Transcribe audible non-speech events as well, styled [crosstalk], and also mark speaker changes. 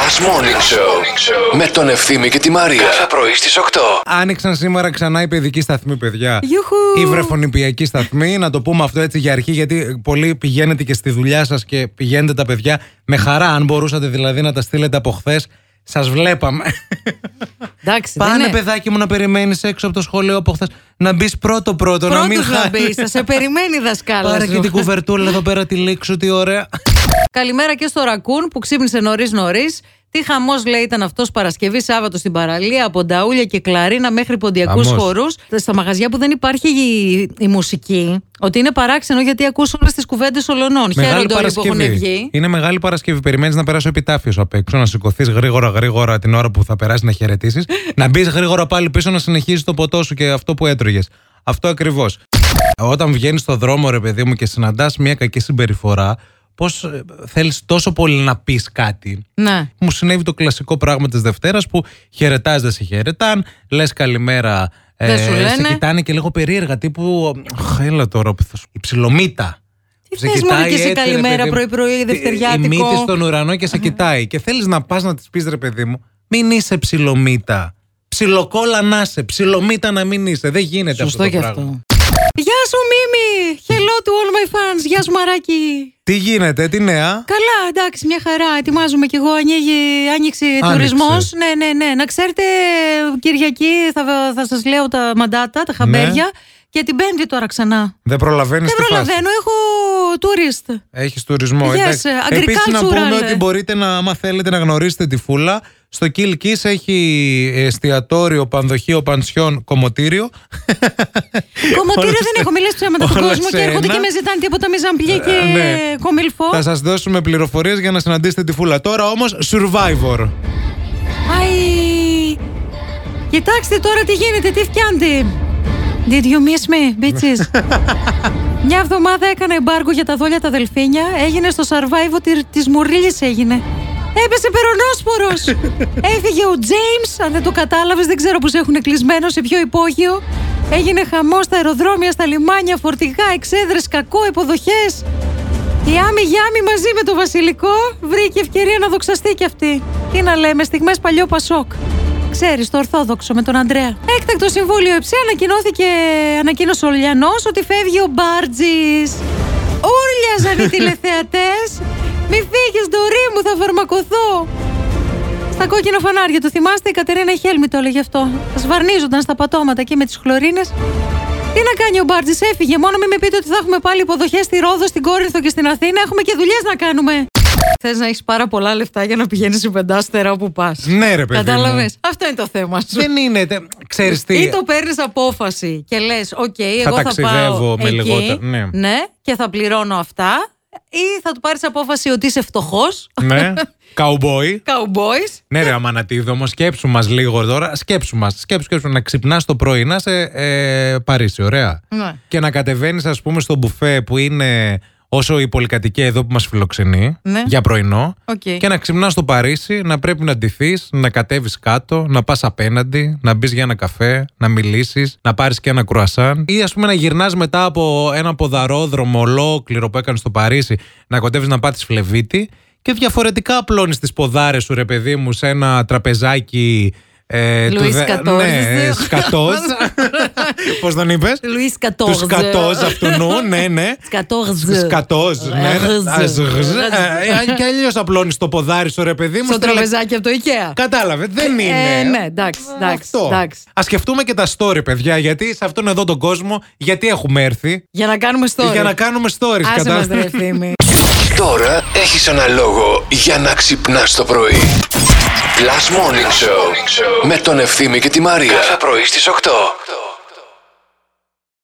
Speaker 1: Last Morning Show με τον Ευθύμη και τη Μαρία. Κάθε πρωί στις 8.
Speaker 2: Άνοιξαν σήμερα ξανά οι παιδικοί σταθμοί, παιδιά.
Speaker 3: Γιούχου!
Speaker 2: Η βρεφονιπιακή σταθμή, να το πούμε αυτό έτσι για αρχή, γιατί πολλοί πηγαίνετε και στη δουλειά σας και πηγαίνετε τα παιδιά με χαρά. Αν μπορούσατε δηλαδή να τα στείλετε από χθες, σας βλέπαμε.
Speaker 3: Εντάξει, δεν
Speaker 2: Πάνε,
Speaker 3: είναι.
Speaker 2: παιδάκι μου, να περιμένεις έξω από το σχολείο από χθες. Να μπεις πρώτο-πρώτο, να μην
Speaker 3: Πρώτος να
Speaker 2: χάνεις.
Speaker 3: μπεις, θα σε περιμένει η δασκάλα.
Speaker 2: Πάρε
Speaker 3: σου.
Speaker 2: και την κουβερτούλα εδώ πέρα τη λήξου, τι ωραία.
Speaker 3: Καλημέρα και στο Ρακούν που ξύπνησε νωρί-νωρί. Τι χαμός λέει ήταν αυτός Παρασκευή Σάββατο στην παραλία από Νταούλια και Κλαρίνα μέχρι ποντιακούς
Speaker 2: Χαμός.
Speaker 3: χορούς. Στα μαγαζιά που δεν υπάρχει η, η μουσική, ότι είναι παράξενο γιατί ακούς όλες τις κουβέντες ολονών. Λοιπόν, Χαίρονται όλοι που έχουν βγει.
Speaker 2: Είναι μεγάλη Παρασκευή. Περιμένεις να περάσει ο επιτάφιος απ' έξω, να σηκωθείς γρήγορα γρήγορα την ώρα που θα περάσει να
Speaker 3: [laughs]
Speaker 2: χαιρετήσεις, να μπεις γρήγορα πάλι πίσω να συνεχίζεις το ποτό σου και αυτό που έτρωγες. Αυτό ακριβώς. Όταν βγαίνεις στον δρόμο, ρε παιδί μου, και συναντάς μια κακή συμπεριφορά, πώς θέλεις τόσο πολύ να πεις κάτι.
Speaker 3: Ναι.
Speaker 2: Μου συνέβη το κλασικό πράγμα της Δευτέρας που χαιρετάς, δεν σε χαιρετάν, λες καλημέρα. ε,
Speaker 3: Δεν σου λένε.
Speaker 2: Σε κοιτάνε και λίγο περίεργα. Τύπου. «Αχ, Έλα τώρα που θα σου. Η ψιλομύτα.
Speaker 3: Τι
Speaker 2: Σε
Speaker 3: θες,
Speaker 2: κοιτάει
Speaker 3: μωρέ, και σε
Speaker 2: έτσι, ρε
Speaker 3: καλημέρα,
Speaker 2: παιδί μου.
Speaker 3: πρωί-πρωί, δευτεριάτικο.
Speaker 2: Η μύτη στον ουρανό και σε κοιτάει. Και θέλεις να πας να της πεις, ρε παιδί μου, μην είσαι ψιλομύτα. Ψιλοκόλα να είσαι. Ψιλομύτα να μην είσαι. Δεν γίνεται
Speaker 3: Σωστό
Speaker 2: αυτό.
Speaker 3: και
Speaker 2: Το πράγμα.
Speaker 3: αυτό. Γεια σου, Μίμη! Hello to all my fans! Γεια σου, Μαράκι!
Speaker 2: Τι γίνεται, τι νέα.
Speaker 3: Καλά, εντάξει, μια χαρά. Ετοιμάζομαι κι εγώ. Ανοίγει, άνοιξε
Speaker 2: Άνοιξε.
Speaker 3: τουρισμός. Ναι, ναι, ναι. Να ξέρετε, Κυριακή θα, θα σας λέω τα μαντάτα,
Speaker 2: Ναι.
Speaker 3: τα χαμπέρια. Και την Πέμπτη τώρα ξανά.
Speaker 2: Δεν προλαβαίνεις
Speaker 3: Δεν προλαβαίνω, έχω tourist.
Speaker 2: [laughs] Έχεις τουρισμό.
Speaker 3: Yes, ε,
Speaker 2: εντάξει.
Speaker 3: agricultural. ε.
Speaker 2: Επίσης να πούμε ότι μπορείτε να, άμα θέλετε, να γνωρίσετε τη φούλα. Στο Kill Kiss έχει εστιατόριο, πανδοχείο, πανσιόν, κομμωτήριο.
Speaker 3: Κομμωτήριο δεν έχω μιλήσει ψέματα στον
Speaker 2: όλα
Speaker 3: κόσμο
Speaker 2: σε
Speaker 3: και έρχονται
Speaker 2: ένα.
Speaker 3: και με ζητάνε τίποτα μιζαμπιέ και
Speaker 2: Ε, ναι.
Speaker 3: κομιλφό.
Speaker 2: Θα σας δώσουμε πληροφορίες για να συναντήσετε τη φούλα. Τώρα όμως, survivor.
Speaker 3: Αϊ! Κοιτάξτε τώρα τι γίνεται, τι φτιάνετε. Did you miss me, bitches? Μια εβδομάδα έκανα εμπάργκο για τα δόλια τα δελφίνια. Έγινε στο survival τη της Μουρλής έγινε. Έπεσε περονόσπορος. Έφυγε ο James, αν δεν το κατάλαβες, δεν ξέρω πώς έχουν κλεισμένο, σε ποιο υπόγειο. Έγινε χαμός στα αεροδρόμια, στα λιμάνια, φορτηγά, εξέδρες, κακό, υποδοχές. Η Άμι Γιάμι μαζί με το Βασιλικό βρήκε ευκαιρία να δοξαστεί κι αυτή. Τι να λέμε, στιγμές παλιό Πασόκ. Ξέρεις, το Ορθόδοξο με τον Αντρέα. Έκτακτο συμβούλιο ΕΨΕ ανακοινώθηκε, ανακοίνωσε ο Λιανός ότι φεύγει ο Μπάρτζης. Ούρλιαζαν οι τηλεθεατές. Μη φύγεις, Ντορί μου, θα φαρμακοθώ. Στα κόκκινα φανάρια, το θυμάστε, η Κατερίνα Χέλμη το έλεγε αυτό. Σβαρνίζονταν στα πατώματα εκεί με τις χλωρίνες. Τι να κάνει ο Μπάρτζης, έφυγε. Μόνο μην με πείτε ότι θα έχουμε πάλι υποδοχές στη Ρόδο, στην Κόρινθο και στην Αθήνα. Έχουμε και δουλειές να κάνουμε. Θες να έχεις πάρα πολλά λεφτά για να πηγαίνεις πεντάστερα όπου πας.
Speaker 2: Ναι, ρε παιδί. μου.
Speaker 3: Κατάλαβες. Αυτό είναι το θέμα σου.
Speaker 2: Δεν είναι. τε- Ξέρεις τι.
Speaker 3: Ή το παίρνεις απόφαση και λες: Οκ, εγώ θα
Speaker 2: ταξιδεύω
Speaker 3: πάω.
Speaker 2: με
Speaker 3: εκεί,
Speaker 2: λιγότερα, ναι.
Speaker 3: και θα πληρώνω αυτά. Ή θα του πάρεις απόφαση ότι είσαι φτωχός, [laughs]
Speaker 2: Ναι. Καουμπόι.
Speaker 3: καουμπόι.
Speaker 2: Ναι, ρε Αμανατίδο, όμως σκέψου μας λίγο τώρα. Σκέψου μας. Σκέψου, σκέψου να ξυπνάς το πρωί να είσαι ε, Παρίσι, ωραία.
Speaker 3: Ναι.
Speaker 2: Και να κατεβαίνεις, ας πούμε, στο μπουφέ που είναι όσο η πολυκατοικία εδώ που μας φιλοξενεί
Speaker 3: Ναι.
Speaker 2: για πρωινό.
Speaker 3: Οκ.
Speaker 2: Και να ξυπνάς στο Παρίσι, να πρέπει να ντυθείς, να κατέβεις κάτω, να πας απέναντι, να μπεις για ένα καφέ, να μιλήσεις, να πάρεις και ένα κρουασάν. Ή ας πούμε να γυρνάς μετά από ένα ποδαρόδρομο ολόκληρο που έκανες στο Παρίσι, να κοντεύεις να πάθεις φλεβίτη. Και διαφορετικά απλώνεις τις ποδάρες σου, ρε παιδί μου, σε ένα τραπεζάκι. Ε, του
Speaker 3: Λουίς
Speaker 2: δε-
Speaker 3: Κατόρζ.
Speaker 2: Ναι, σκατό.
Speaker 3: [laughs]
Speaker 2: Πώς τον είπες.
Speaker 3: Λουίς
Speaker 2: Του
Speaker 3: Κατόζ.
Speaker 2: σκατό αυτού, νου, ναι, ναι.
Speaker 3: Σκατόζ.
Speaker 2: Σκατό. Ναι,
Speaker 3: Γζ.
Speaker 2: Ας γζ. Ε, αν Και αλλιώς απλώνεις το ποδάρι σου, ρε παιδί μου.
Speaker 3: Στο
Speaker 2: στη
Speaker 3: τραπεζάκι από το IKEA.
Speaker 2: λα- Κατάλαβε, δεν
Speaker 3: Ε, ναι,
Speaker 2: είναι.
Speaker 3: εντάξει, εντάξει,
Speaker 2: Αυτό.
Speaker 3: εντάξει.
Speaker 2: Ας σκεφτούμε και τα story, παιδιά, γιατί σε αυτόν εδώ τον κόσμο, γιατί έχουμε έρθει.
Speaker 3: Για να κάνουμε story.
Speaker 2: Για να κάνουμε stories,
Speaker 3: Άσε μας,
Speaker 2: κατάλαβες.
Speaker 3: ρε, Ευθύμη.
Speaker 1: Τώρα έχεις ένα λόγο για να ξυπνάς το πρωί. Last Morning Show με τον Ευθύμη και τη Μαρία. Κάθε πρωί στις 8.